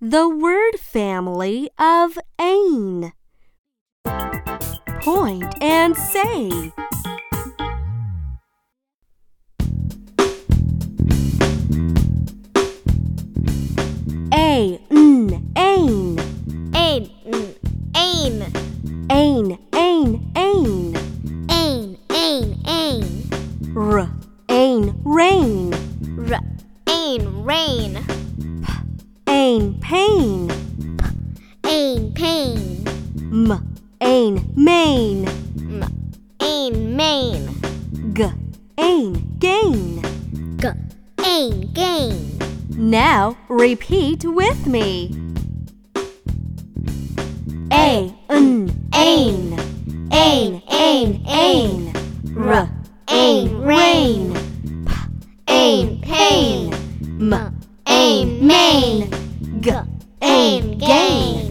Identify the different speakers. Speaker 1: the word family of ain. Point and say. Ain, ain,
Speaker 2: Ain, mm, ain,
Speaker 1: ain, ain, ain.
Speaker 2: ain, ain, ain.
Speaker 1: R, ain, rain,
Speaker 2: R, ain, rain.
Speaker 1: ain, pain.
Speaker 2: Ain, pain.
Speaker 1: M, ain, main,
Speaker 2: M, ain, main.
Speaker 1: g, ain, gain.
Speaker 2: G, ain, gain.
Speaker 1: Now repeat with me. A, n, ain, ain, ain, ain. R, ain, rain,
Speaker 2: Ain, pain.
Speaker 1: m,
Speaker 2: Ain, main.
Speaker 1: g, ain, gain.